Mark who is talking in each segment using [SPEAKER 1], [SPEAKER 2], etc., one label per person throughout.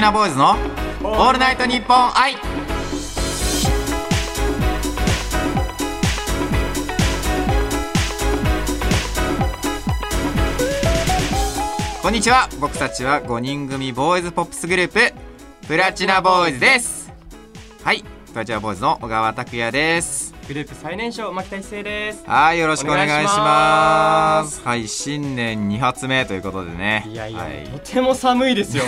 [SPEAKER 1] ナボーイズのオールナイトニッポン愛こんにちは僕たちは5人組ボーイズポップスグループプラチナボーイズですはいプラチナボーイズの小川拓也です
[SPEAKER 2] グループ最年少牧田一成です
[SPEAKER 1] はいよろしくお願いしま
[SPEAKER 2] お願いしますす
[SPEAKER 1] はい新年2発目ということでね
[SPEAKER 2] いやいや、
[SPEAKER 1] はい
[SPEAKER 2] とても寒いですよ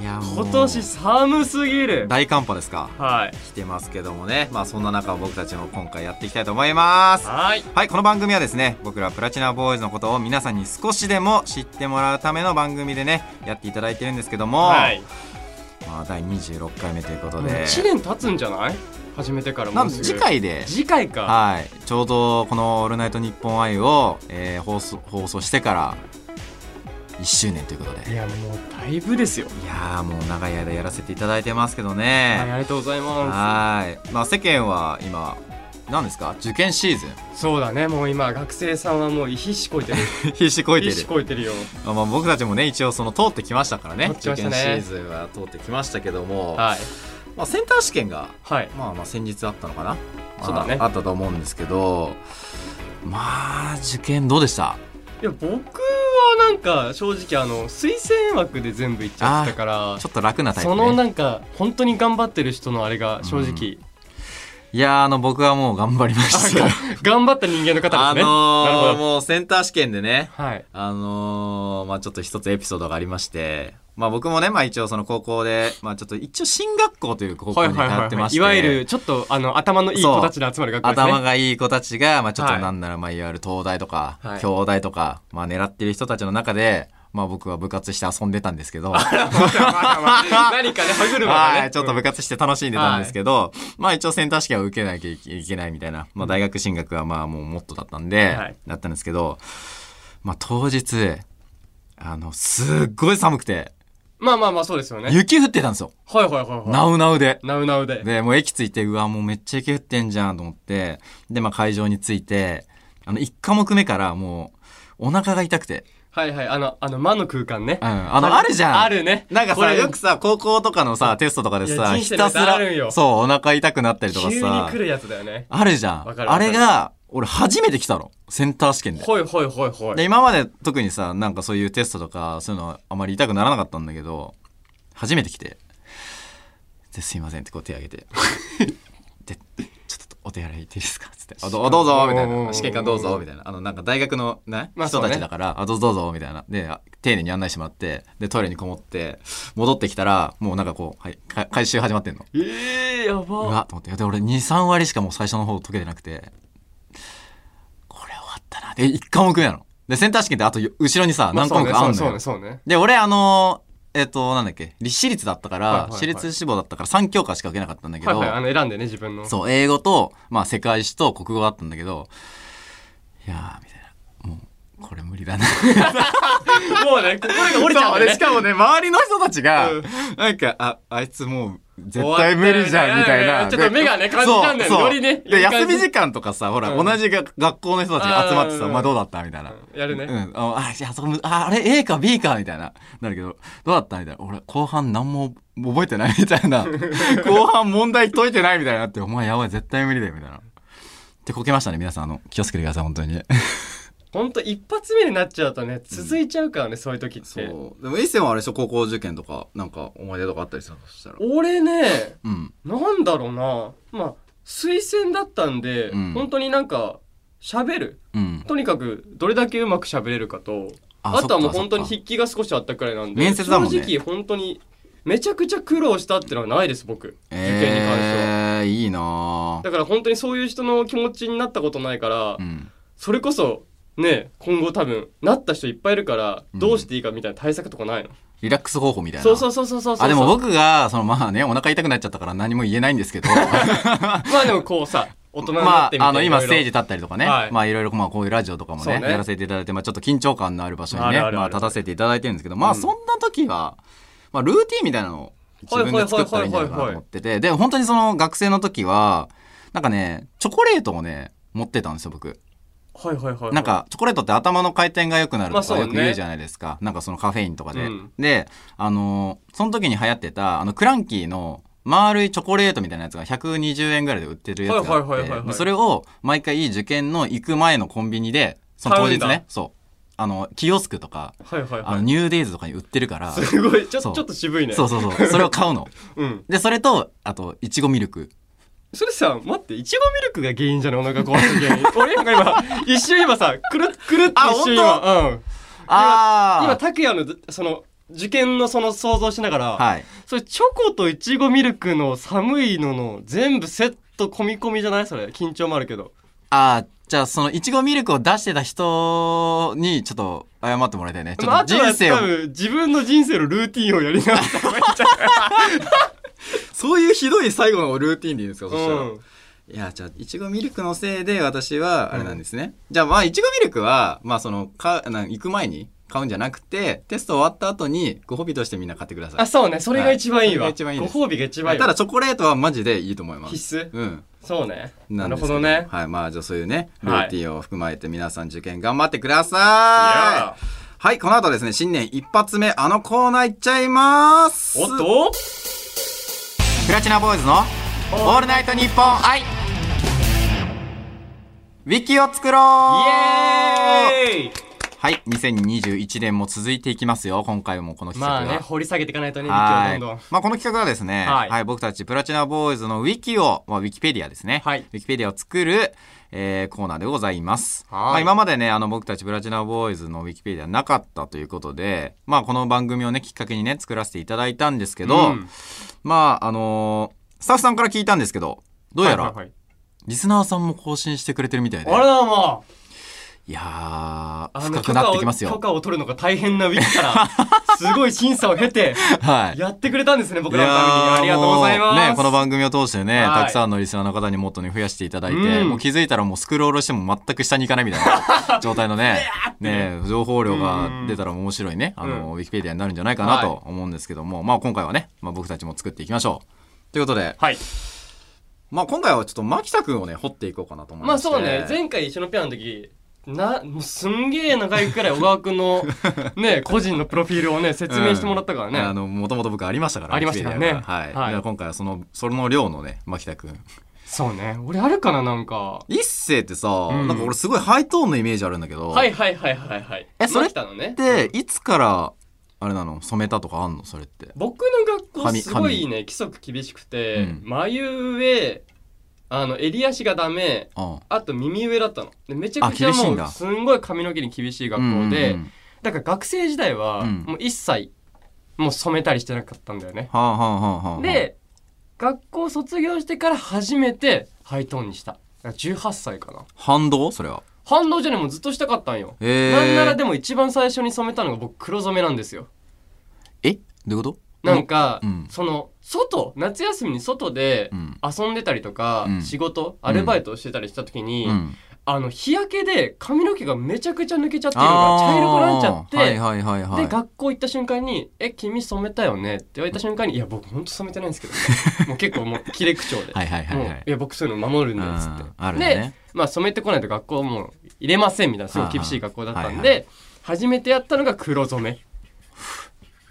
[SPEAKER 1] いやもう
[SPEAKER 2] 今年寒すぎる
[SPEAKER 1] 大寒波ですか
[SPEAKER 2] はい
[SPEAKER 1] 来てますけどもねまあそんな中僕たちも今回やっていきたいと思います
[SPEAKER 2] はい
[SPEAKER 1] はいこの番組はですね僕らプラチナボーイズのことを皆さんに少しでも知ってもらうための番組でねやっていただいてるんですけども、
[SPEAKER 2] はい
[SPEAKER 1] まあ、第26回目ということ
[SPEAKER 2] もう
[SPEAKER 1] で
[SPEAKER 2] 1年経つんじゃない始めてからも
[SPEAKER 1] なん
[SPEAKER 2] う
[SPEAKER 1] です次
[SPEAKER 2] ぐ
[SPEAKER 1] 回で
[SPEAKER 2] 次回か、
[SPEAKER 1] はい、ちょうどこの「オールナイトニッポン愛を、えー放送放送してから1周年ということで
[SPEAKER 2] い、やもうだいぶですよ、
[SPEAKER 1] いやーもう長い間やらせていただいてますけどね、
[SPEAKER 2] はい、ありがとうございま
[SPEAKER 1] はい、まあ、世間は今何ですか受験シーズン
[SPEAKER 2] すそうだねもう今学生さんはもう必死こいてる
[SPEAKER 1] 必死こいて
[SPEAKER 2] 必死
[SPEAKER 1] る、
[SPEAKER 2] こいてるよ
[SPEAKER 1] まあ、まあ僕たちもね一応その通ってきましたからね
[SPEAKER 2] 通って
[SPEAKER 1] 受
[SPEAKER 2] ました
[SPEAKER 1] 験
[SPEAKER 2] ね
[SPEAKER 1] シーズンは通ってきましたけども、
[SPEAKER 2] はい
[SPEAKER 1] まあ、センター試験が、
[SPEAKER 2] はい
[SPEAKER 1] まあ、まあ先日あったのかな
[SPEAKER 2] そうだね
[SPEAKER 1] まああったと思うんですけどまあ受験どうでした
[SPEAKER 2] いや僕はなんか正直あの推薦枠で全部いっちゃってたから
[SPEAKER 1] ちょっと楽なタイプ、
[SPEAKER 2] そ
[SPEAKER 1] ね、
[SPEAKER 2] のなんか本当に頑張ってる人のあれが正直、
[SPEAKER 1] いやーあの僕はもう頑張りましたよ
[SPEAKER 2] 頑張った人間の方
[SPEAKER 1] あ
[SPEAKER 2] ですね。
[SPEAKER 1] のー、
[SPEAKER 2] なるほど。
[SPEAKER 1] もうセンター試験でね
[SPEAKER 2] はい。
[SPEAKER 1] あのー、まあちょっと一つエピソードがありまして、まあ僕もね、まあ一応その高校で、まあちょっと一応進学校という高校に通ってまして、
[SPEAKER 2] いわゆるちょっとあの頭のいい子たちの集まる学校ですね。
[SPEAKER 1] 頭がいい子たちが、まあちょっと
[SPEAKER 2] はい
[SPEAKER 1] なんなら、まあいわゆる東大とか、
[SPEAKER 2] はい
[SPEAKER 1] 京大とか、まあ狙ってる人たちの中で、まあ僕は部活して遊んでたんです けど、
[SPEAKER 2] 何かね歯車がね。
[SPEAKER 1] はい、ちょっと部活して楽しんでたんですけど、まあ一応センター試験は受けなきゃいけないみたいな、まあ大学進学はまあもうもっとだったんで、
[SPEAKER 2] はい
[SPEAKER 1] だったんですけど、まあ当日、あの、すっごい寒くて、
[SPEAKER 2] まあまあまあそうですよね。はい
[SPEAKER 1] 雪降ってたんですよ。
[SPEAKER 2] はいはいはい。
[SPEAKER 1] なうなうで。
[SPEAKER 2] なうなうで。
[SPEAKER 1] で、もう駅着いて、うわ、もうめっちゃ雪降ってんじゃんと思って、で、まあ会場に着いて、あの、1科目目からもう、お腹が痛くて。
[SPEAKER 2] はいはい。あの、あの、魔の空間ね
[SPEAKER 1] う。ん。あの、あるじゃん。
[SPEAKER 2] あるね。
[SPEAKER 1] なんか
[SPEAKER 2] こ
[SPEAKER 1] さ、
[SPEAKER 2] れ
[SPEAKER 1] よくさ、高校とかのさ、テストとかで
[SPEAKER 2] い
[SPEAKER 1] さ、
[SPEAKER 2] や
[SPEAKER 1] ひ
[SPEAKER 2] 人生
[SPEAKER 1] た
[SPEAKER 2] の
[SPEAKER 1] す
[SPEAKER 2] 中あるん
[SPEAKER 1] ら、
[SPEAKER 2] よ
[SPEAKER 1] そう、お腹痛くなったりと
[SPEAKER 2] 急
[SPEAKER 1] か
[SPEAKER 2] に
[SPEAKER 1] さ
[SPEAKER 2] 来、るやつだよね。
[SPEAKER 1] あるじゃ
[SPEAKER 2] わ
[SPEAKER 1] ん。
[SPEAKER 2] かるわ
[SPEAKER 1] あ
[SPEAKER 2] かる
[SPEAKER 1] れが、俺初めて来たの。センター試験で。
[SPEAKER 2] ほいほいほいほ
[SPEAKER 1] で、
[SPEAKER 2] い。
[SPEAKER 1] 今まで特にさ、なんかそういうテストとか、そういうのあまり痛くならなかったんだけど、初めて来て、で、すいませんってこう手 挙げて、で、ちょっとお手洗い行っていいですかつって、あどうどうぞみたい
[SPEAKER 2] おーおーお
[SPEAKER 1] な、
[SPEAKER 2] ー
[SPEAKER 1] 試験官どうぞみたいな、あの、なんか大学の、ね
[SPEAKER 2] まあ
[SPEAKER 1] 人たちだから、あどうぞどうぞみたいな、で、あ丁寧に案内してもらって、で、トイレにこもって、戻ってきたら、もうなんかこう、はい、か回収始まってんの。
[SPEAKER 2] ええ、や
[SPEAKER 1] う
[SPEAKER 2] ば。
[SPEAKER 1] わと思ってで俺23割しかもう最初の方解けてなくてこれ終わったなで1科目目なのでセンター試験ってあとよ後ろにさ
[SPEAKER 2] ま
[SPEAKER 1] 何
[SPEAKER 2] そ
[SPEAKER 1] 科
[SPEAKER 2] う
[SPEAKER 1] 目
[SPEAKER 2] ね
[SPEAKER 1] かあんの
[SPEAKER 2] そう
[SPEAKER 1] よ
[SPEAKER 2] ね、そうね。
[SPEAKER 1] で俺あのーえっ、となんだっけ私立だったから、
[SPEAKER 2] はいはいはい
[SPEAKER 1] 私立志望だったから3教科しか受けなかったんだけ
[SPEAKER 2] はい
[SPEAKER 1] ど、
[SPEAKER 2] はい。あの、選んでね、自分の。
[SPEAKER 1] そう英語と、まあ、世界史と国語だったんだけどいやーみたいなもうこれ無理だな
[SPEAKER 2] もうね、心が折れち
[SPEAKER 1] そ
[SPEAKER 2] ゃうんだ
[SPEAKER 1] で
[SPEAKER 2] ね
[SPEAKER 1] し。かもね、周りの人たちが、
[SPEAKER 2] うん
[SPEAKER 1] なんか、あ、あいつもう、絶対無理じゃん、みたいな。
[SPEAKER 2] 終わってるみたいなちょっと目がね感じたんだよ
[SPEAKER 1] そ
[SPEAKER 2] ね
[SPEAKER 1] うそう
[SPEAKER 2] よりね
[SPEAKER 1] で、
[SPEAKER 2] より感
[SPEAKER 1] 休
[SPEAKER 2] じ
[SPEAKER 1] み時間とかさ、ほら、
[SPEAKER 2] うん
[SPEAKER 1] 同じが学校の人たちが集まってさ、
[SPEAKER 2] あー
[SPEAKER 1] まあどうだったみたいな。
[SPEAKER 2] うんやるね
[SPEAKER 1] うん。あ、あいやそこむああれ、A か B か、みたいな。なるけど、どうだったみたいな。俺、後半何も覚えてないみた いな。後半問題解いてないみたいになって、お前やばい、絶対無理だよ、みたいな。ってこけましたね、皆さん。あの、気をつけてください、本当に。
[SPEAKER 2] ほんと一発目になっちゃうとね、続いちゃうからね、そういう時って。
[SPEAKER 1] う。でも、一世もあれでしょ、高校受験とか、なんか、思い出とかあったりするのしたら。
[SPEAKER 2] 俺ね、
[SPEAKER 1] うん。
[SPEAKER 2] なんだろうなまあ推薦だったんで、
[SPEAKER 1] うん
[SPEAKER 2] 本当になんか喋る
[SPEAKER 1] うん。
[SPEAKER 2] とにかくどれだけうまく喋れるかと
[SPEAKER 1] あ
[SPEAKER 2] あとは
[SPEAKER 1] そ
[SPEAKER 2] もう
[SPEAKER 1] っか
[SPEAKER 2] 本当に筆記が少しあったくらいなんで
[SPEAKER 1] 面接だもんね
[SPEAKER 2] 正直本当にめちゃくちゃ苦労したってのはないです僕、受験に関しては
[SPEAKER 1] えー、いいなぁ
[SPEAKER 2] だから本当にそういう人の気持ちになったことないから、
[SPEAKER 1] うん。
[SPEAKER 2] それこそね今後多分なった人いっぱいいるから
[SPEAKER 1] うん
[SPEAKER 2] どうしていいかみたいな対策とかないの、
[SPEAKER 1] リラックス方法みたいな。
[SPEAKER 2] そうそうそうそうそうそう
[SPEAKER 1] あ、でも僕が、そのまあね、お腹痛くなっちゃったから何も言えないんです けど、
[SPEAKER 2] まあでもこうさ大人にな
[SPEAKER 1] まあ
[SPEAKER 2] って、みて
[SPEAKER 1] あの、今
[SPEAKER 2] いろ
[SPEAKER 1] ス
[SPEAKER 2] いろ
[SPEAKER 1] テージ立ったりとかね、
[SPEAKER 2] はい
[SPEAKER 1] まあいろいろ、まあこういうラジオとかもね
[SPEAKER 2] そうね
[SPEAKER 1] やらせていただいて、まあちょっと緊張感のある場所に
[SPEAKER 2] あ
[SPEAKER 1] ね、
[SPEAKER 2] るあるある
[SPEAKER 1] まあ立たせていただいてるんですけど、まあ
[SPEAKER 2] うん
[SPEAKER 1] そんな時は、まあルーティンみたいなのを自分で作ったらいいんじゃないかなと思ってて、で、本当にその学生の時は、なんかね、チョコレートをね、持ってたんですよ、僕。
[SPEAKER 2] はいはいはいはい
[SPEAKER 1] なんかチョコレートって頭の回転が良くなると
[SPEAKER 2] まあそ
[SPEAKER 1] か
[SPEAKER 2] うね
[SPEAKER 1] よく言うじゃないですか、なんかそのカフェインとかで、
[SPEAKER 2] うん
[SPEAKER 1] であのーその時に流行ってたあのクランキーの丸いチョコレートみたいなやつが120円ぐらいで売ってるやつがあって、
[SPEAKER 2] はいはいはいはいはい
[SPEAKER 1] でそれを毎回受験の行く前のコンビニでその当日
[SPEAKER 2] 買うんだ
[SPEAKER 1] ねそうあのキオスクとか
[SPEAKER 2] はいはい
[SPEAKER 1] あ
[SPEAKER 2] は
[SPEAKER 1] のニューデイズとかに売ってるから、
[SPEAKER 2] いすごいちょち
[SPEAKER 1] そ
[SPEAKER 2] ょ
[SPEAKER 1] う
[SPEAKER 2] っと渋いね
[SPEAKER 1] そうそうそうそれを買うの
[SPEAKER 2] うん
[SPEAKER 1] でそれとあといちごミルク
[SPEAKER 2] それさ待っていちごミルクが原因じゃないお腹壊す原因 俺なんか今一瞬今さくるっくるって
[SPEAKER 1] あ
[SPEAKER 2] 一瞬今うん
[SPEAKER 1] あ
[SPEAKER 2] 今
[SPEAKER 1] あ
[SPEAKER 2] 拓也のその受験のその想像しながら、
[SPEAKER 1] はい
[SPEAKER 2] それチョコといちごミルクの寒いのの全部セット込み込みじゃないそれ緊張もあるけど
[SPEAKER 1] ああ、じゃあそのいちごミルクを出してた人にちょっと謝ってもらいたいね。ちょ
[SPEAKER 2] まあ
[SPEAKER 1] っ
[SPEAKER 2] あ
[SPEAKER 1] と
[SPEAKER 2] とは
[SPEAKER 1] 人生を
[SPEAKER 2] 多、分自分の人生のルーティンをやりながら
[SPEAKER 1] そういうひどい最後のルーティンでいいんですか
[SPEAKER 2] うん
[SPEAKER 1] いや、じゃあいちごミルクのせいで私はあれなんですね。じゃあまあいちごミルクは、まあその、か、なん行く前に買うんじゃなくて、テスト終わった後にご褒美としてみんな買ってくださ
[SPEAKER 2] あ
[SPEAKER 1] い。
[SPEAKER 2] そうねそれが一番いいわ、
[SPEAKER 1] はいそれが一番いいです
[SPEAKER 2] ご褒美が一
[SPEAKER 1] は
[SPEAKER 2] 番
[SPEAKER 1] い
[SPEAKER 2] いい
[SPEAKER 1] た
[SPEAKER 2] わ
[SPEAKER 1] だチョコレートはマジでいいと思います。
[SPEAKER 2] 必須
[SPEAKER 1] うん。
[SPEAKER 2] そうねなんる
[SPEAKER 1] です
[SPEAKER 2] ほ
[SPEAKER 1] け
[SPEAKER 2] どね
[SPEAKER 1] はい。まあじゃあそういうね、ル
[SPEAKER 2] はい
[SPEAKER 1] ーティンを含まれて皆さん受験頑張ってください。
[SPEAKER 2] や
[SPEAKER 1] はい、この後ですね、新年一発目、あのコーナー行っちゃいます
[SPEAKER 2] おっと
[SPEAKER 1] プラチナボーイズのオールナイトニッポン愛ウィキを作ろうイエーイ
[SPEAKER 2] イエーイ
[SPEAKER 1] はい、2021年も続いていきますよ、今回もこの企
[SPEAKER 2] ま
[SPEAKER 1] 画
[SPEAKER 2] あ
[SPEAKER 1] が。
[SPEAKER 2] ね掘り下げていかないとね
[SPEAKER 1] は
[SPEAKER 2] 力を
[SPEAKER 1] い
[SPEAKER 2] どんどん
[SPEAKER 1] まあ、この企画はですね、
[SPEAKER 2] は
[SPEAKER 1] はいい僕たちプラチナボーイズのウィキを、まあ、ウィキペディアですね、
[SPEAKER 2] はい
[SPEAKER 1] ウィキペディアを作る、えーコーナーでございます、
[SPEAKER 2] はい
[SPEAKER 1] まあ、今までねあの僕たちプラチナボーイズのウィキペディアなかったということで、まあ、この番組をねきっかけにね作らせていただいたんですけど、
[SPEAKER 2] うん
[SPEAKER 1] まああのースタッフさんから聞いたんですけどどうやら、
[SPEAKER 2] はいはいはい
[SPEAKER 1] リスナーさんも更新してくれてるみたいで
[SPEAKER 2] あらどうも
[SPEAKER 1] いやー
[SPEAKER 2] あの
[SPEAKER 1] 深くなってきます
[SPEAKER 2] 許
[SPEAKER 1] よ
[SPEAKER 2] 可を許可を取るのが大変なウィキ から、すごい審査を経て、
[SPEAKER 1] はい
[SPEAKER 2] やってくれたんですね、僕らのために。ありがとうございます。
[SPEAKER 1] もうね、この番組を通してね、
[SPEAKER 2] はい
[SPEAKER 1] たくさんのリスナーの方にもっとね、増やしていただいて、
[SPEAKER 2] うん
[SPEAKER 1] もう気づいたらもうスクロールしても全く下に行かないみたい な状態のね、ね、情報量が出たら面白いね、あの、ウィキペディアになるんじゃないかな
[SPEAKER 2] はい
[SPEAKER 1] と思うんですけども、まあ今回はね、まあ僕たちも作っていきましょう。ということで、
[SPEAKER 2] はい。
[SPEAKER 1] まあ今回はちょっと牧田くんをね、掘っていこうかなと思い
[SPEAKER 2] まあ
[SPEAKER 1] まして
[SPEAKER 2] そうね、前回一緒のペアの時、な、もうすんげえ長いくらい小川く んの、ね、個人のプロフィールをね、説明してもらったからね。
[SPEAKER 1] あの、もともと僕ありましたから。
[SPEAKER 2] ありましたからね
[SPEAKER 1] Wikipedia がはい。
[SPEAKER 2] はい
[SPEAKER 1] だから今回はその、その量のね、牧田くん。
[SPEAKER 2] そうね、俺あるかな、なんか。
[SPEAKER 1] 一世ってさ、
[SPEAKER 2] ん
[SPEAKER 1] なんか俺すごいハイトーンのイメージあるんだけど、
[SPEAKER 2] はいはいはいはいはい。
[SPEAKER 1] えそれ
[SPEAKER 2] 来たのね。
[SPEAKER 1] で、いつからあれなの染めたとかあんのそれって
[SPEAKER 2] 僕の学校
[SPEAKER 1] 髪
[SPEAKER 2] すごいね、規則厳しくて、
[SPEAKER 1] うん
[SPEAKER 2] 眉上、あの、襟足がダメ、
[SPEAKER 1] あ
[SPEAKER 2] あと耳上だったのでめちゃくちゃ
[SPEAKER 1] あ厳しい
[SPEAKER 2] も
[SPEAKER 1] ん
[SPEAKER 2] う
[SPEAKER 1] だ
[SPEAKER 2] すんごい髪の毛に厳しい
[SPEAKER 1] あ
[SPEAKER 2] 学校で、
[SPEAKER 1] うんうんうん
[SPEAKER 2] だから学生時代は
[SPEAKER 1] うん
[SPEAKER 2] もう一切もう染めたりしてなかったんだよね、
[SPEAKER 1] はあはあはあはあ
[SPEAKER 2] で学校卒業してから初めてハイトーンにしただから18歳かな
[SPEAKER 1] 反動それは
[SPEAKER 2] 反動じゃねもうずっとしたかったんよ、
[SPEAKER 1] えー、
[SPEAKER 2] なんならでも一番最初に染めたのが僕黒染めなんですよ
[SPEAKER 1] えどういうこと
[SPEAKER 2] なんか、
[SPEAKER 1] うん
[SPEAKER 2] その外夏休みに外で
[SPEAKER 1] うん
[SPEAKER 2] 遊んでたりとか、
[SPEAKER 1] うん
[SPEAKER 2] 仕事アルバイトをしてたりした時に、
[SPEAKER 1] うん、
[SPEAKER 2] あの日焼けで髪の毛がめちゃくちゃ抜けちゃってるのが茶色くなっちゃって、
[SPEAKER 1] あーはいはいはいはい
[SPEAKER 2] で学校行った瞬間に「え君染めたよね」って言われた瞬間に「いや僕ほんと染めてないんですけ ど、もう結構もう切れ口調で「
[SPEAKER 1] はいはいはい
[SPEAKER 2] もう
[SPEAKER 1] はい
[SPEAKER 2] いや僕そういうの守るんだ」っつって
[SPEAKER 1] うんあるよね
[SPEAKER 2] で、まあ、染めてこないと学校もう入れませんみたいなすごい厳しい学校だったんで、
[SPEAKER 1] はいはい
[SPEAKER 2] 初めてやったのが黒染め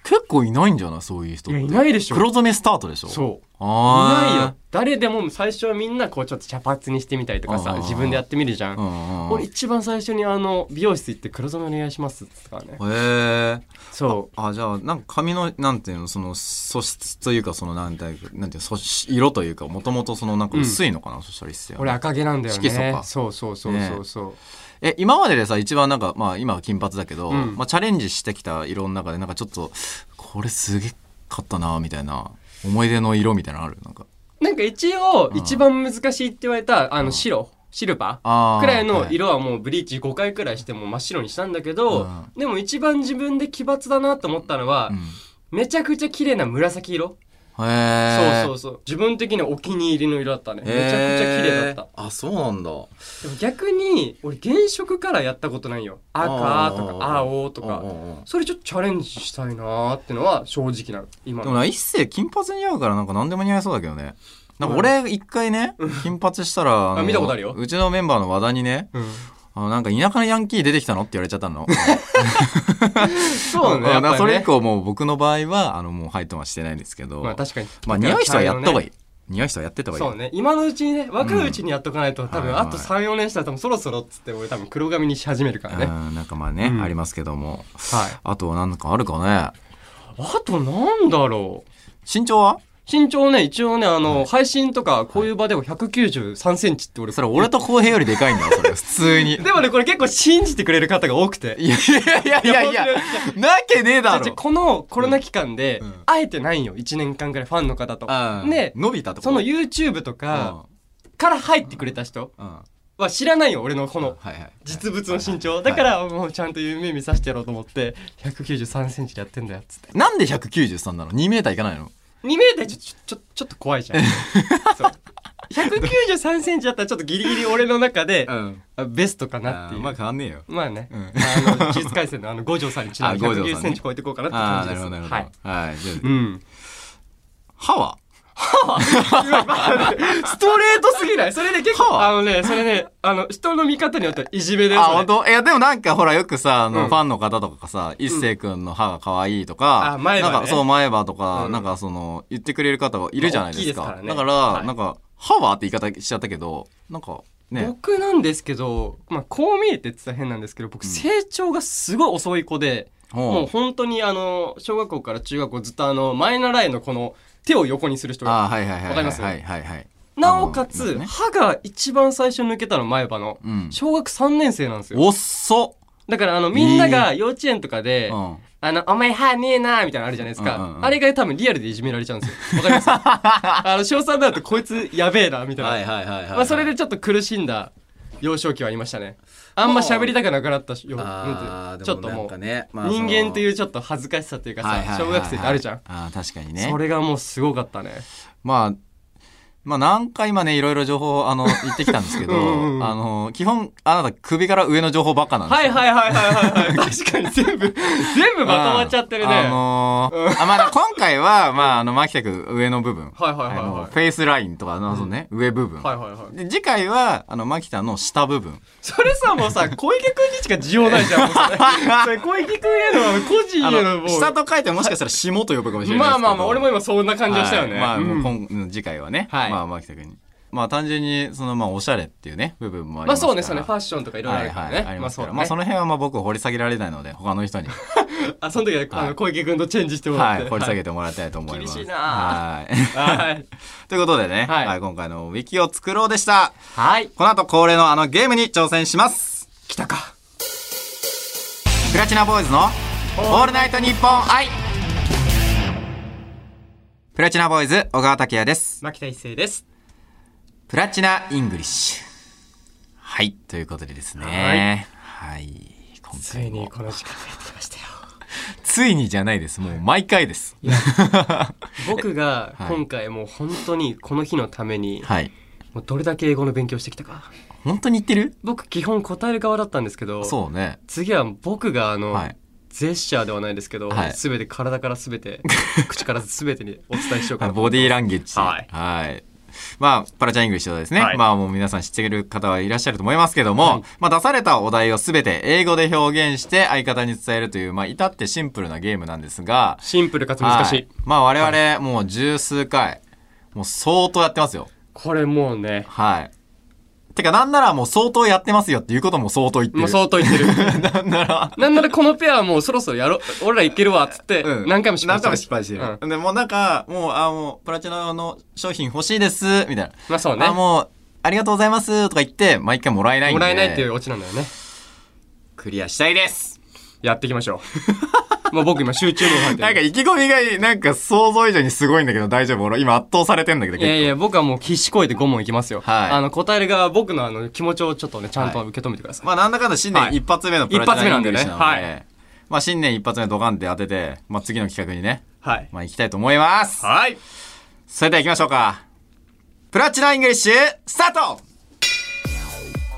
[SPEAKER 1] 結構いないんじゃないそういう人
[SPEAKER 2] い
[SPEAKER 1] っ
[SPEAKER 2] や
[SPEAKER 1] て
[SPEAKER 2] いないでしょ
[SPEAKER 1] 黒染めスタートでしょう
[SPEAKER 2] そうい
[SPEAKER 1] あ
[SPEAKER 2] な
[SPEAKER 1] ー
[SPEAKER 2] いよ誰でも最初はみんなこうちょっと茶髪にしてみたりとかさ
[SPEAKER 1] あー
[SPEAKER 2] 自分でやってみるじゃん、
[SPEAKER 1] うんうん
[SPEAKER 2] 俺一番最初にあの美容室行って黒染めお願いしますっつったからね
[SPEAKER 1] へえ
[SPEAKER 2] そう
[SPEAKER 1] あじゃあなんか髪のなんていうのその素質というかそのなんていうなんていう素質色というかもともとそのなんか薄いのかな、そしたら一世は
[SPEAKER 2] 俺赤毛なんだよ
[SPEAKER 1] 色素
[SPEAKER 2] ね
[SPEAKER 1] か
[SPEAKER 2] そうそうそうそうそう、
[SPEAKER 1] え今まででさ一番なんかまあ今は金髪だけど、
[SPEAKER 2] うん
[SPEAKER 1] まあ、チャレンジしてきた色の中でなんかちょっとこれすげえかったなみたいな思い出の色みたいなのあるなんか
[SPEAKER 2] なんか一応
[SPEAKER 1] うん
[SPEAKER 2] 一番難しいって言われたあの白シルバ
[SPEAKER 1] あ
[SPEAKER 2] ー
[SPEAKER 1] ー
[SPEAKER 2] くらいの色はもうブリーチ5回くらいしてもう真っ白にしたんだけど
[SPEAKER 1] うん
[SPEAKER 2] でも一番自分で奇抜だなと思ったのは
[SPEAKER 1] うん
[SPEAKER 2] めちゃくちゃ綺麗な紫色
[SPEAKER 1] へえ
[SPEAKER 2] そうそう
[SPEAKER 1] う
[SPEAKER 2] そう自分的にはお気に入りの色だったねめちゃくちゃ綺麗だっ
[SPEAKER 1] あそうなんだ
[SPEAKER 2] たでも逆に俺原色からやったことないよ赤と
[SPEAKER 1] あー
[SPEAKER 2] か青と
[SPEAKER 1] うんう
[SPEAKER 2] か
[SPEAKER 1] んうん
[SPEAKER 2] それちょっとチャレンジしたいなーってのは正直な今
[SPEAKER 1] でもな一世金髪似合うからなんか何でも似合いそうだけどねなんか俺一回ね金髪したら
[SPEAKER 2] あ
[SPEAKER 1] の
[SPEAKER 2] 見たことあるよ
[SPEAKER 1] うちのメンバーの和田にね
[SPEAKER 2] うん
[SPEAKER 1] 「あのなんか田舎のヤンキー出てきたのって言われちゃったの。
[SPEAKER 2] そうね。
[SPEAKER 1] あ
[SPEAKER 2] やっぱ
[SPEAKER 1] の
[SPEAKER 2] りね
[SPEAKER 1] それ以降もう僕の場合は、あの、もう配当はしてないんですけど、
[SPEAKER 2] まあ確かに。
[SPEAKER 1] まあ、似合う人はやった方がい
[SPEAKER 2] い。
[SPEAKER 1] い。似合う人はやってた方がいい。
[SPEAKER 2] そうね。今のうちにね、若いうちにやっとかないと、多
[SPEAKER 1] はい
[SPEAKER 2] 分
[SPEAKER 1] はい
[SPEAKER 2] あと3、4年したら多分そろそろっつって俺多分黒髪にし始めるからね。はい。
[SPEAKER 1] うん、なんかまあね、
[SPEAKER 2] うん
[SPEAKER 1] ありますけども。
[SPEAKER 2] あ
[SPEAKER 1] あとはなんかあるかね。
[SPEAKER 2] となんだろう。
[SPEAKER 1] 身長は
[SPEAKER 2] 身長ね、一応ね、あの、配信とかこういう場でも193センチって俺、
[SPEAKER 1] それ俺と浩平よりでかいんだよ、そ れ。普通に。
[SPEAKER 2] でもね、これ結構信じてくれる方が多くて。
[SPEAKER 1] いやいやいやいやいや、なわけねえだ
[SPEAKER 2] じゃあ
[SPEAKER 1] ろ。
[SPEAKER 2] このコロナ期間で、
[SPEAKER 1] うん
[SPEAKER 2] 会えてないんよ1年間ぐらいファンの方と
[SPEAKER 1] うん
[SPEAKER 2] で
[SPEAKER 1] 伸びたとこ
[SPEAKER 2] その YouTube とかから入ってくれた人
[SPEAKER 1] うん、うん
[SPEAKER 2] は知らないよ俺のこの
[SPEAKER 1] はいはい。
[SPEAKER 2] 実物の身長だからもうちゃんと夢見させてやろうと思って1 9 3センチでやってんだよっつって
[SPEAKER 1] なんで193なの ?2 メーターいかないの
[SPEAKER 2] 2メーターちょちょちょちょっと怖い じゃんそう193センチだったらちょっとギリギリ俺の中で、
[SPEAKER 1] ん。
[SPEAKER 2] あベストか
[SPEAKER 1] あ
[SPEAKER 2] なってい
[SPEAKER 1] ー
[SPEAKER 2] う
[SPEAKER 1] まあ変わんねえよ。
[SPEAKER 2] まあね、
[SPEAKER 1] うん
[SPEAKER 2] あの技術回線のあの五条さんにちなみに
[SPEAKER 1] あ五条さんね
[SPEAKER 2] 190センチ超えていこうかなって
[SPEAKER 1] あ
[SPEAKER 2] 感
[SPEAKER 1] あ、
[SPEAKER 2] じ
[SPEAKER 1] な
[SPEAKER 2] で
[SPEAKER 1] る
[SPEAKER 2] す
[SPEAKER 1] ほどなるほど。
[SPEAKER 2] は
[SPEAKER 1] はいい。じゃあ
[SPEAKER 2] うん
[SPEAKER 1] 歯は
[SPEAKER 2] ストレートすぎないそれで結構、
[SPEAKER 1] はあ
[SPEAKER 2] あのね、それね、あの、人の見方によってはいじめです。
[SPEAKER 1] あ、
[SPEAKER 2] それ
[SPEAKER 1] 本当いや、でもなんかほら、よくさ、あの、
[SPEAKER 2] うん
[SPEAKER 1] ファンの方とかがさ、一星くんの歯が可愛いとか、
[SPEAKER 2] あ前歯ね
[SPEAKER 1] なんか、そう、前歯とか、
[SPEAKER 2] うん
[SPEAKER 1] なんかその、言ってくれる方がいるじゃないですか。
[SPEAKER 2] まあ大きいで
[SPEAKER 1] だ
[SPEAKER 2] す
[SPEAKER 1] か、
[SPEAKER 2] かららねはい
[SPEAKER 1] なんか、歯はって言い方しちゃったけど、なんか、ね。
[SPEAKER 2] 僕なんですけど、まあ、こう見えてって言ったら変なんですけど、僕、
[SPEAKER 1] うん
[SPEAKER 2] 成長がすごい遅い子で、もう
[SPEAKER 1] も
[SPEAKER 2] 本当に、あの、小学校から中学校ずっとあの、前習いのこの、手を横にする人
[SPEAKER 1] う
[SPEAKER 2] が、
[SPEAKER 1] あーはいはいはい。
[SPEAKER 2] わかります
[SPEAKER 1] はいはいはい。
[SPEAKER 2] なおか
[SPEAKER 1] あのい
[SPEAKER 2] つ、
[SPEAKER 1] ます
[SPEAKER 2] 歯が一番最初に抜けたの前歯の、
[SPEAKER 1] ねうん。
[SPEAKER 2] 小学3年生なんですよ。
[SPEAKER 1] おっそ
[SPEAKER 2] だから、あの、みんなが幼稚園とかで、
[SPEAKER 1] うん。
[SPEAKER 2] あの、お前歯ねえなみたいなのあるじゃないですか。
[SPEAKER 1] うんうんうん
[SPEAKER 2] あれが多分リアルでいじめられちゃうんですよ。わか りますあの、小3だとこいつやべえな、みたいな。
[SPEAKER 1] はいはいはいはい。
[SPEAKER 2] まあ、それでちょっと苦しんだ幼少期はありましたね。あんま喋りたくなくなったしよ、
[SPEAKER 1] あー、
[SPEAKER 2] ちょっと
[SPEAKER 1] でな
[SPEAKER 2] も
[SPEAKER 1] ん
[SPEAKER 2] う
[SPEAKER 1] か、ね、まあ、
[SPEAKER 2] 人間といううちょっと恥ずかしさというか
[SPEAKER 1] はいはい
[SPEAKER 2] さ、
[SPEAKER 1] はい
[SPEAKER 2] 小学生ってあるじゃん。
[SPEAKER 1] あー確かにね。
[SPEAKER 2] それがもうすごかったね。
[SPEAKER 1] まあ、まあ何回今ね、いろいろ情報、あ の、言ってきたんですけど、
[SPEAKER 2] うんうんうん
[SPEAKER 1] あの、基本、あなた首から上の情報ばっかなんです
[SPEAKER 2] はい
[SPEAKER 1] よ。い。
[SPEAKER 2] はいはいはいは いはい。確かに全部、全部まとまっちゃってるね。
[SPEAKER 1] あのーあ、まあ、今回は、まあ、あの、牧田君、上の部分。
[SPEAKER 2] はいはいはい
[SPEAKER 1] あの
[SPEAKER 2] は
[SPEAKER 1] フェイスラインとかの、そのね、上部分。
[SPEAKER 2] い。はいはいはい。
[SPEAKER 1] で次回は、あの、牧田の下部分。
[SPEAKER 2] それさ、も うさ、小池くんにしか需要ないじゃん。もうそれそれ小池くんへの個人
[SPEAKER 1] あ
[SPEAKER 2] へのも
[SPEAKER 1] の、
[SPEAKER 2] う。
[SPEAKER 1] 下と書いてもしかしたら下と呼ぶかもしれないです
[SPEAKER 2] ま
[SPEAKER 1] け
[SPEAKER 2] あ
[SPEAKER 1] ど。
[SPEAKER 2] まあまあ、俺も今そんな感じがしたよね。
[SPEAKER 1] はいまあ、もう
[SPEAKER 2] うん
[SPEAKER 1] 今うん次回はね、
[SPEAKER 2] はい
[SPEAKER 1] まあ、牧田君に。まあ、単純に、その、まあ、おしゃれっていうね、部分もあり
[SPEAKER 2] ま
[SPEAKER 1] ま
[SPEAKER 2] あ
[SPEAKER 1] すか
[SPEAKER 2] そ
[SPEAKER 1] ら。
[SPEAKER 2] うね、そうね、ファッションとかいろいろあ
[SPEAKER 1] はい
[SPEAKER 2] るか
[SPEAKER 1] は
[SPEAKER 2] ら
[SPEAKER 1] い、あ
[SPEAKER 2] ね。
[SPEAKER 1] り
[SPEAKER 2] ま
[SPEAKER 1] ま
[SPEAKER 2] あ
[SPEAKER 1] す
[SPEAKER 2] そ
[SPEAKER 1] か
[SPEAKER 2] う
[SPEAKER 1] ら、
[SPEAKER 2] だ
[SPEAKER 1] まあ
[SPEAKER 2] ね
[SPEAKER 1] そ。の辺はまあ僕掘り下げられないので他の人に、
[SPEAKER 2] あ、その時はあ
[SPEAKER 1] はい
[SPEAKER 2] の小池くんとチェンジしてもらっ
[SPEAKER 1] は
[SPEAKER 2] て。
[SPEAKER 1] い、掘り下げ
[SPEAKER 2] て。
[SPEAKER 1] てもらいたいと思います。
[SPEAKER 2] 厳しいな
[SPEAKER 1] はい。
[SPEAKER 2] はい。
[SPEAKER 1] ということでね、は
[SPEAKER 2] はいい
[SPEAKER 1] 今回のウィキを作ろうでした。
[SPEAKER 2] はい。
[SPEAKER 1] この後恒例のあのゲームに挑戦します。
[SPEAKER 2] 来たか。
[SPEAKER 1] プラチナボーイズのオールナイトニッポン愛プラチナボーイズ小川拓也です。
[SPEAKER 2] 牧田一成です。
[SPEAKER 1] プラチナイングリッシュ。はい、ということでですね。はい。今
[SPEAKER 2] つ
[SPEAKER 1] 回
[SPEAKER 2] い
[SPEAKER 1] も
[SPEAKER 2] にこの時間がやってきましたよ。
[SPEAKER 1] ついにじゃないです。もう毎回です。
[SPEAKER 2] 僕が
[SPEAKER 1] はい
[SPEAKER 2] 今回もう本当にこの日のために、
[SPEAKER 1] はい。
[SPEAKER 2] もうどれだけ英語の勉強してきたか。
[SPEAKER 1] 本当に言ってる
[SPEAKER 2] 僕基本答える側だったんですけど、
[SPEAKER 1] そうね。
[SPEAKER 2] 次は僕があの、
[SPEAKER 1] はい。
[SPEAKER 2] ジェスチャーではないですけど、
[SPEAKER 1] はい
[SPEAKER 2] すべて体からす べて、口からすべてにお伝えしようか
[SPEAKER 1] はい
[SPEAKER 2] な。
[SPEAKER 1] ボディーランゲージ。
[SPEAKER 2] はい
[SPEAKER 1] まあ、パラチャイングリッシュはですね、
[SPEAKER 2] はい
[SPEAKER 1] まあもう皆さん知ってる方はいらっしゃると思いますけども、
[SPEAKER 2] はい
[SPEAKER 1] まあ出されたお題をすべて英語で表現して相方に伝えるという、まあ至ってシンプルなゲームなんですが、
[SPEAKER 2] シンプルかつ難しい。
[SPEAKER 1] はいまあ我々もう十数回、もう相当やってますよ。
[SPEAKER 2] これもうね、
[SPEAKER 1] はい。てかなんならもう相当やってますよっていうことも相当言って
[SPEAKER 2] も
[SPEAKER 1] る。
[SPEAKER 2] う相当言ってる。
[SPEAKER 1] なんなら。
[SPEAKER 2] なんならこのペアはもうそろそろやろ、俺らいけるわっつって、
[SPEAKER 1] うん
[SPEAKER 2] 何回も失
[SPEAKER 1] 何
[SPEAKER 2] 敗した
[SPEAKER 1] 回も失敗してる。
[SPEAKER 2] うん
[SPEAKER 1] で、もうなんか、もう、あ、もう、プラチナの商品欲しいです、みたいな。
[SPEAKER 2] まあそうね。
[SPEAKER 1] あ、
[SPEAKER 2] も
[SPEAKER 1] もう、ありがとうございますとか言って、毎回もらえないんで。
[SPEAKER 2] らえないっていうオチなんだよね。
[SPEAKER 1] クリアしたいです。
[SPEAKER 2] やっていきましょ う。もう僕今集中力入ってる。
[SPEAKER 1] なんか意気込みが、なんか想像以上にすごいんだけど大丈夫俺今圧倒されてんだけど
[SPEAKER 2] いやい
[SPEAKER 1] 結
[SPEAKER 2] や、僕はもう必死こいて5問いきますよ。
[SPEAKER 1] はい
[SPEAKER 2] あの、答える側は僕のあの、気持ちをちょっとね、ちゃんと受け止めてくださ
[SPEAKER 1] 構。
[SPEAKER 2] い。
[SPEAKER 1] まあなんだかんだ新年
[SPEAKER 2] はい
[SPEAKER 1] 一発目のプラチナイングリッシュなので、
[SPEAKER 2] 一発目なんでね
[SPEAKER 1] まあ新年一発目ドカンって当てて、まあ次の企画にね、
[SPEAKER 2] はい。
[SPEAKER 1] まあ行きたいと思います。
[SPEAKER 2] はい。
[SPEAKER 1] それでは行きましょうか。プラチナイングリッシュ、スタート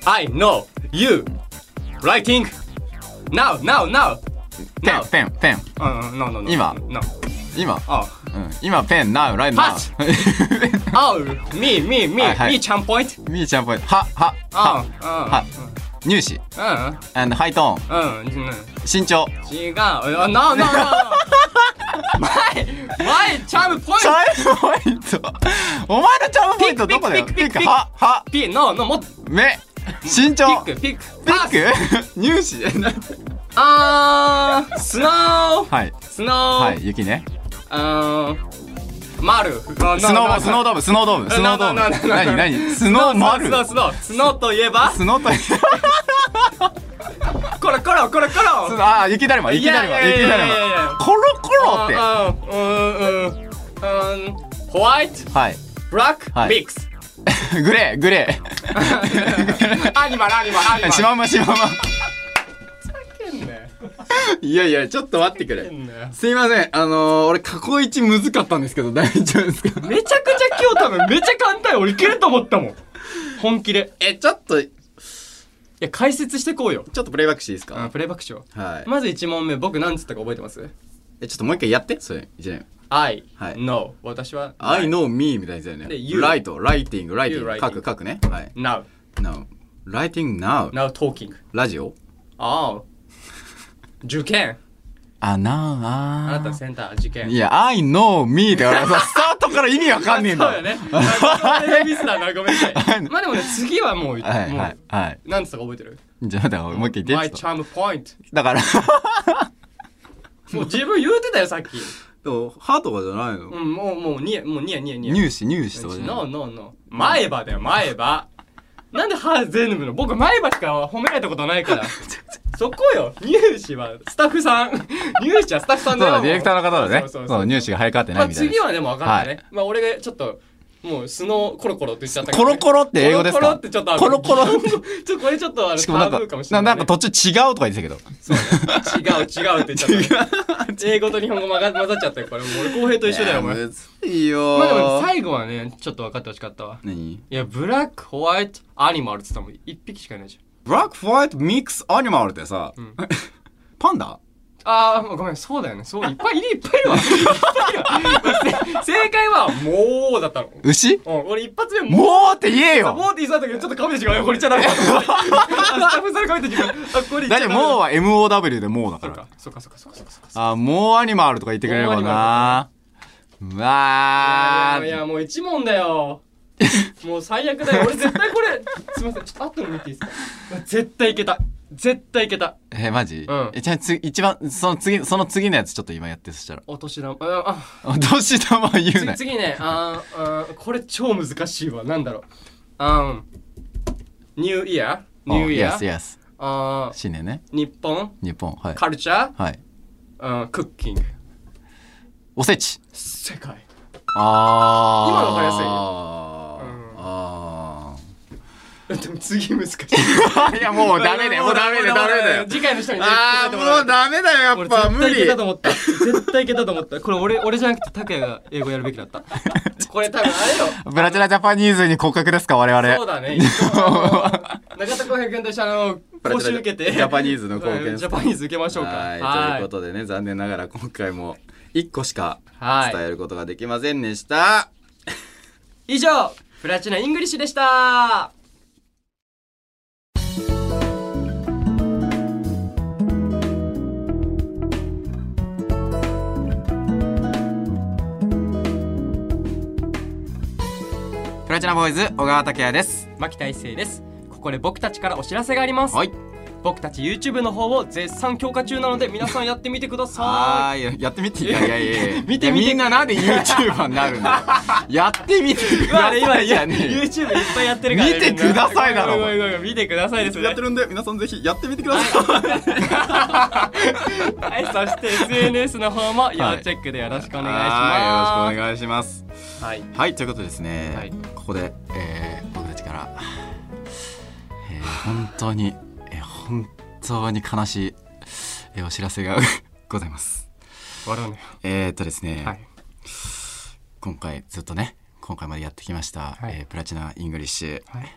[SPEAKER 2] I know you writing now, now, now!
[SPEAKER 1] ペン
[SPEAKER 2] now.、
[SPEAKER 1] ペン、ペン。
[SPEAKER 2] うん、no, no, no.
[SPEAKER 1] 今
[SPEAKER 2] No.
[SPEAKER 1] 今、
[SPEAKER 2] あ、
[SPEAKER 1] うん、今ペン、ナウ、ライト、ナ
[SPEAKER 2] パスあ、me, me, me,
[SPEAKER 1] はいはい
[SPEAKER 2] me, ちゃんポイント。
[SPEAKER 1] みーちゃんっぽい。は、は、
[SPEAKER 2] あ
[SPEAKER 1] は、、
[SPEAKER 2] あ、
[SPEAKER 1] は、乳歯
[SPEAKER 2] う
[SPEAKER 1] and ハイトーン
[SPEAKER 2] んうんうん
[SPEAKER 1] 身長
[SPEAKER 2] 違うあなあなあなあ前前チャームポイン
[SPEAKER 1] チャームポイントお前のチャームポイントどこだよ
[SPEAKER 2] ピックピックピックピック
[SPEAKER 1] 歯歯
[SPEAKER 2] トピーノーノーもっと
[SPEAKER 1] 目身
[SPEAKER 2] ピ
[SPEAKER 1] 長
[SPEAKER 2] ックピッ
[SPEAKER 1] ピ
[SPEAKER 2] クパス
[SPEAKER 1] ック乳歯
[SPEAKER 2] あースノー
[SPEAKER 1] はい
[SPEAKER 2] スノー
[SPEAKER 1] はい雪ね
[SPEAKER 2] あーマルあ
[SPEAKER 1] スノー
[SPEAKER 2] なあ
[SPEAKER 1] スノードームスノードームスノードーム
[SPEAKER 2] なななな
[SPEAKER 1] 何何スノーマル
[SPEAKER 2] スノースノースノーといえば
[SPEAKER 1] スノーと
[SPEAKER 2] コロコロコロコロ
[SPEAKER 1] あー雪だるま雪だるま
[SPEAKER 2] いやいや
[SPEAKER 1] 雪
[SPEAKER 2] い
[SPEAKER 1] だ
[SPEAKER 2] やいやい
[SPEAKER 1] る
[SPEAKER 2] や
[SPEAKER 1] まコロコロっては
[SPEAKER 2] あーうんうんうんホワイト
[SPEAKER 1] い
[SPEAKER 2] ブラック、
[SPEAKER 1] はい
[SPEAKER 2] ビックス
[SPEAKER 1] グレーグレ
[SPEAKER 2] アニマルアニマルアニ
[SPEAKER 1] ー
[SPEAKER 2] マル
[SPEAKER 1] シマウマシマウマ
[SPEAKER 2] けんね
[SPEAKER 1] いやいやちょっと待ってく
[SPEAKER 2] けんね
[SPEAKER 1] すいませんあのー、俺過去一むずかったんですけど大丈夫ですか
[SPEAKER 2] めちゃくちゃ今日多分めちゃ簡単よ俺いけると思ったもん本気で
[SPEAKER 1] えちょっとち
[SPEAKER 2] いや解説してこうよ
[SPEAKER 1] ょっとプレイバックしていいです
[SPEAKER 2] あプレイバックしよう
[SPEAKER 1] はい
[SPEAKER 2] まず1問目僕何つったか覚えてます
[SPEAKER 1] えちょっともう一回やってそれ一年
[SPEAKER 2] ?I
[SPEAKER 1] はい
[SPEAKER 2] know 私は
[SPEAKER 1] I know me みたいなやつだよね
[SPEAKER 2] で you
[SPEAKER 1] ライトライティングライティ
[SPEAKER 2] You
[SPEAKER 1] ン
[SPEAKER 2] writing
[SPEAKER 1] グ書く書くねはい
[SPEAKER 2] now
[SPEAKER 1] No ライティング now
[SPEAKER 2] now talking
[SPEAKER 1] ラジオ
[SPEAKER 2] ああ受験
[SPEAKER 1] あ
[SPEAKER 2] あ
[SPEAKER 1] な
[SPEAKER 2] なたセンター受験
[SPEAKER 1] いや I know me って俺 さスタートから意味わかんねえんだ
[SPEAKER 2] そうよねあこれミスだなごめんなさい まあでもね次はもう
[SPEAKER 1] はい
[SPEAKER 2] も
[SPEAKER 1] はいうはい
[SPEAKER 2] 何つったか覚えてる
[SPEAKER 1] じゃあだからもう一回言っ
[SPEAKER 2] My
[SPEAKER 1] てちょっ
[SPEAKER 2] charm point
[SPEAKER 1] とだから
[SPEAKER 2] もう自分言うてたよさっき
[SPEAKER 1] でも歯とかじゃないの
[SPEAKER 2] うんもうもうニヤもうニヤニヤニヤ
[SPEAKER 1] 乳歯乳歯とかじゃな
[SPEAKER 2] No,
[SPEAKER 1] い
[SPEAKER 2] no, no. 前歯だよ、前歯。なんで歯全部の僕、前歯しか褒められたことな いから。そこよ、乳歯はスタッフさん。乳歯はスタッフさん
[SPEAKER 1] そう
[SPEAKER 2] よ
[SPEAKER 1] だディレクターの方だね
[SPEAKER 2] そうそうそ
[SPEAKER 1] そうう乳歯が生え変わって
[SPEAKER 2] ま
[SPEAKER 1] な
[SPEAKER 2] あ
[SPEAKER 1] いみたいな
[SPEAKER 2] 次はでも分かったね。
[SPEAKER 1] は
[SPEAKER 2] まあ俺がちょっと、もうスノーコロコロって言っちゃったけ
[SPEAKER 1] コ
[SPEAKER 2] どね
[SPEAKER 1] ロコロって英語ですか
[SPEAKER 2] コロコロってちょっとあの
[SPEAKER 1] コロコロ
[SPEAKER 2] ちょっとこれちょっとあの、
[SPEAKER 1] しかもな
[SPEAKER 2] タ
[SPEAKER 1] ん
[SPEAKER 2] ブーかもし
[SPEAKER 1] か
[SPEAKER 2] れな
[SPEAKER 1] ないん
[SPEAKER 2] ね、
[SPEAKER 1] か途中違うとか言ってたけど
[SPEAKER 2] そうね違う違うって言っちゃったね。英語と日本語混ざ混ざっちゃったよ、これ。もう俺、公平と一緒だよ、お前。
[SPEAKER 1] むず いよ
[SPEAKER 2] まあでも最後はね、ちょっと分かってほしかったわ。
[SPEAKER 1] 何
[SPEAKER 2] いや、ブラック、ホワイト、アニマルって言ったらもん、一匹しかいないじゃん。
[SPEAKER 1] ブラックホワイトミックスアニマルってさ、
[SPEAKER 2] ん
[SPEAKER 1] パンダ
[SPEAKER 2] あー、ごめん、そうだよね。そう、いっぱいいる、いっぱいいるわ。いっぱいいるわ。 せ正解は、もうだったの。うん、
[SPEAKER 1] 牛
[SPEAKER 2] 俺一発目、もう。
[SPEAKER 1] もうって言えよ
[SPEAKER 2] もうって言いそうだったけど、ちょっと亀で違うよ。これ言っちゃダメだ。あスタッフさんが亀で違う。あ、これ言っちゃ
[SPEAKER 1] だっ
[SPEAKER 2] ダメ
[SPEAKER 1] て
[SPEAKER 2] だ。
[SPEAKER 1] もう
[SPEAKER 2] う
[SPEAKER 1] は MOW でもうだか
[SPEAKER 2] そっ
[SPEAKER 1] ら
[SPEAKER 2] か、そっか、そっか、そっか、そっかそっか。
[SPEAKER 1] あもうアニマルとか言ってくれればなうわ
[SPEAKER 2] いやいやい
[SPEAKER 1] ー
[SPEAKER 2] や、もう一問だよ。もう最悪だよ。俺絶対これ、すいません、ちょっと後の見ていいですか絶対いけた。絶対いけた。
[SPEAKER 1] えマジ、
[SPEAKER 2] うん
[SPEAKER 1] えじゃあつ一番その次その次のやつちょっと今やってそしたら
[SPEAKER 2] お年玉、あ、あ、
[SPEAKER 1] お年玉言うな
[SPEAKER 2] 次次ねあーあーこれ超難しいわなんだろうあーニューイヤーニューイヤ
[SPEAKER 1] Yes,
[SPEAKER 2] ー
[SPEAKER 1] yes
[SPEAKER 2] あー
[SPEAKER 1] 新年ね
[SPEAKER 2] 日本
[SPEAKER 1] 日本はい
[SPEAKER 2] カルチャー
[SPEAKER 1] はい
[SPEAKER 2] あークッキング
[SPEAKER 1] おせち
[SPEAKER 2] 世界
[SPEAKER 1] あー
[SPEAKER 2] 今のわかりやすいうん
[SPEAKER 1] あ
[SPEAKER 2] でも次難しい
[SPEAKER 1] ー いやもうダメだよもうダメだよダメだよ
[SPEAKER 2] 次回の人にね
[SPEAKER 1] あ
[SPEAKER 2] 答えてもら
[SPEAKER 1] ーもうダメだよやっ
[SPEAKER 2] 俺
[SPEAKER 1] ぱ無
[SPEAKER 2] 絶対いけ
[SPEAKER 1] 理
[SPEAKER 2] たと思 った絶対いけたと思ったこれ俺俺じゃなくて拓也が英語やるべきだった これ多分あ
[SPEAKER 1] ブラジラジャパニーズに骨格ですか我
[SPEAKER 2] れよ
[SPEAKER 1] 々
[SPEAKER 2] そう だねあの中田浩平君としてあの講習受けて
[SPEAKER 1] ジャパニーズの貢献
[SPEAKER 2] ジャパニーズ受けましょうか
[SPEAKER 1] はいということでね残念ながら今回も1個しか
[SPEAKER 2] はい
[SPEAKER 1] 伝えることができませんでした
[SPEAKER 2] 以上プラチナイングリッシュでした
[SPEAKER 1] プラチナボーイズ小川拓也です
[SPEAKER 2] 牧大成ですここで僕たちからお知らせがあります、
[SPEAKER 1] はい
[SPEAKER 2] 僕たち YouTube の方を絶賛強化中なので皆さんやってみてくださ
[SPEAKER 1] はーいやってみていやいやいやい や
[SPEAKER 2] 見て見て
[SPEAKER 1] みんななんで YouTuber になるん だよやってみてく
[SPEAKER 2] いあ
[SPEAKER 1] だ
[SPEAKER 2] れ今
[SPEAKER 1] さいじゃねえよ
[SPEAKER 2] YouTube いっぱいやってるから
[SPEAKER 1] 見てくださいだろ
[SPEAKER 2] ごめんごめんごめん見てくださいですね
[SPEAKER 1] るんで皆さんぜひやってみてください
[SPEAKER 2] はいそして SNS の方も要チェックでよろしくお願いし
[SPEAKER 1] は
[SPEAKER 2] ま
[SPEAKER 1] いよろしくお願いします
[SPEAKER 2] すはい
[SPEAKER 1] はいということでですね、
[SPEAKER 2] はい
[SPEAKER 1] ここで、えー僕たちから、えー本当に、えー本当に悲しい、えーお知らせが ございます
[SPEAKER 2] 笑うね
[SPEAKER 1] えー、っとですね、
[SPEAKER 2] はい
[SPEAKER 1] 今回ずっとね今回までやってきました、
[SPEAKER 2] はい
[SPEAKER 1] えープラチナイングリッシュ、
[SPEAKER 2] はい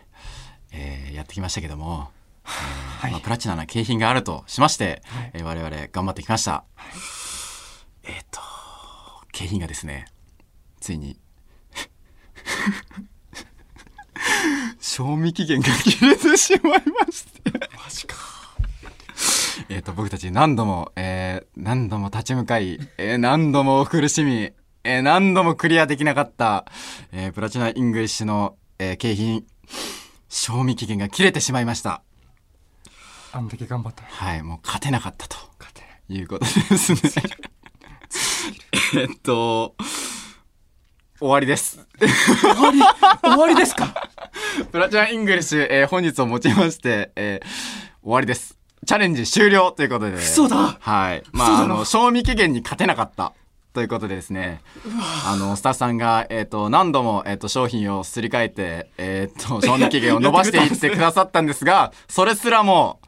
[SPEAKER 1] えーやってきましたけども、
[SPEAKER 2] は
[SPEAKER 1] まあ、
[SPEAKER 2] い
[SPEAKER 1] プラチナな景品があるとしまして、
[SPEAKER 2] はい
[SPEAKER 1] えー我々頑張ってきました、えーっ、と景品がですねついに 賞味期限が切れてしまいまして。
[SPEAKER 2] マジか。
[SPEAKER 1] えっと、僕たち何度も、えー、何度も立ち向かい、えー、何度も苦しみ、えー、何度もクリアできなかった、えー、プラチナイングリッシュの、えー、景品、賞味期限が切れてしまいました。
[SPEAKER 2] あんだけ頑張ったのに
[SPEAKER 1] はい、もう勝てなかったと
[SPEAKER 2] 勝てない。
[SPEAKER 1] いうことですね。えっと、終わりです。
[SPEAKER 2] 終わり、終わりですか
[SPEAKER 1] プラチナイングリッシュ、えー、本日をもちまして、えー、終わりです。チャレンジ終了ということで。
[SPEAKER 2] 嘘だ
[SPEAKER 1] はい。ま
[SPEAKER 2] そう
[SPEAKER 1] あ、あ
[SPEAKER 2] だな
[SPEAKER 1] の、賞味期限に勝てなかった。ということでですね。あの、スタッフさんが、えっ、と、何度も、えっ、と、商品をすり替えて、えっ、 と、賞味期限を伸ばしていってくださったんですが、それすらも、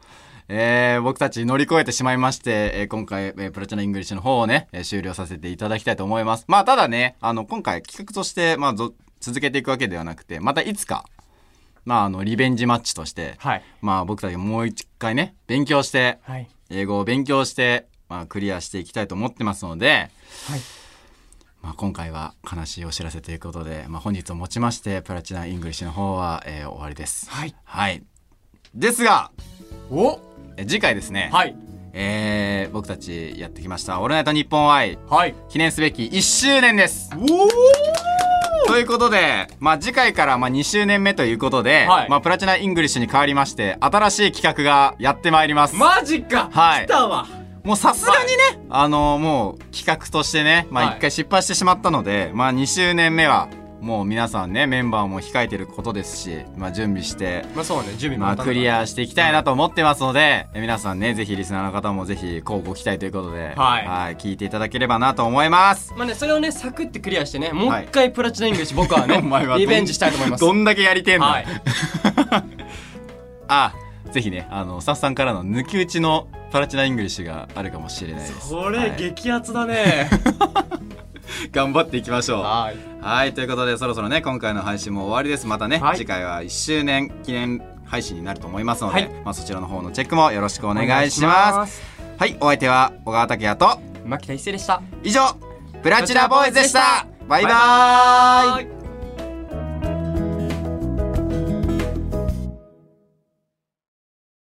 [SPEAKER 1] えー僕たち乗り越えてしまいまして、えー今回、えープラチナイングリッシュの方をね、えー終了させていただきたいと思います。まあ、ただね、あの、今回企画として、まあ、ぞ続けていくわけではなくて、またいつか、まあ、あの、リベンジマッチとして、
[SPEAKER 2] はい。
[SPEAKER 1] まあ、僕たちもう一回ね、勉強して、
[SPEAKER 2] はい。
[SPEAKER 1] 英語を勉強して、まあ、クリアしていきたいと思ってますので、
[SPEAKER 2] はい。
[SPEAKER 1] まあ、今回は悲しいお知らせということで、まあ、本日をもちましてプラチナイングリッシュの方は、えー終わりです。
[SPEAKER 2] はい。
[SPEAKER 1] はい、ですが
[SPEAKER 2] お
[SPEAKER 1] え次回ですね、
[SPEAKER 2] はい。
[SPEAKER 1] えー僕たちやってきました「オールナイトニッポン愛
[SPEAKER 2] はい。」
[SPEAKER 1] 記念すべき1周年です
[SPEAKER 2] お
[SPEAKER 1] ということで、まあ、次回からまあ2周年目ということで、
[SPEAKER 2] はい
[SPEAKER 1] まあ、プラチナイングリッシュに変わりまして新しい企画がやってまいります。
[SPEAKER 2] マジか
[SPEAKER 1] はい
[SPEAKER 2] 来たわ
[SPEAKER 1] もうさすがにね、あのもう企画としてね、ま
[SPEAKER 2] は
[SPEAKER 1] あ
[SPEAKER 2] い
[SPEAKER 1] 一回失敗してしまったので、まあ2周年目は、もう皆さんね、メンバーも控えてることですし、まあ準備して、
[SPEAKER 2] まあそうね、準備も
[SPEAKER 1] まあ
[SPEAKER 2] また
[SPEAKER 1] クリアしていきたいなと思ってますので、え皆さんね、ぜひリスナーの方もぜひ、こうご期待ということで、
[SPEAKER 2] はい
[SPEAKER 1] 聞いていただければなと思います。
[SPEAKER 2] まあね、それをね、サクってクリアしてね、もう
[SPEAKER 1] はい
[SPEAKER 2] 一回プラチナイングリッシュ、僕は ね
[SPEAKER 1] お前は、どん
[SPEAKER 2] リベンジしたいと思います。
[SPEAKER 1] どんだけやりてんの、
[SPEAKER 2] はい。
[SPEAKER 1] あ、ぜひね、あの、スタッフさんからの抜き打ちのパラチナイングリッシュがあるかもしれないです。
[SPEAKER 2] こ
[SPEAKER 1] は
[SPEAKER 2] れ、
[SPEAKER 1] い
[SPEAKER 2] 激アツだね。
[SPEAKER 1] 頑張っていきましょう。
[SPEAKER 2] はい。
[SPEAKER 1] はい、ということでそろそろね今回の配信も終わりですまたね、
[SPEAKER 2] はい
[SPEAKER 1] 次回は1周年記念配信になると思いますので、
[SPEAKER 2] はい
[SPEAKER 1] まあ、そちらの方のチェックもよろしくお願いします
[SPEAKER 2] す。
[SPEAKER 1] はいお相手は小川拓也と
[SPEAKER 2] 牧田一成でした。
[SPEAKER 1] 以上プラチナボーイズでしたバイバ
[SPEAKER 2] バイバ
[SPEAKER 1] ーイ
[SPEAKER 2] ーイ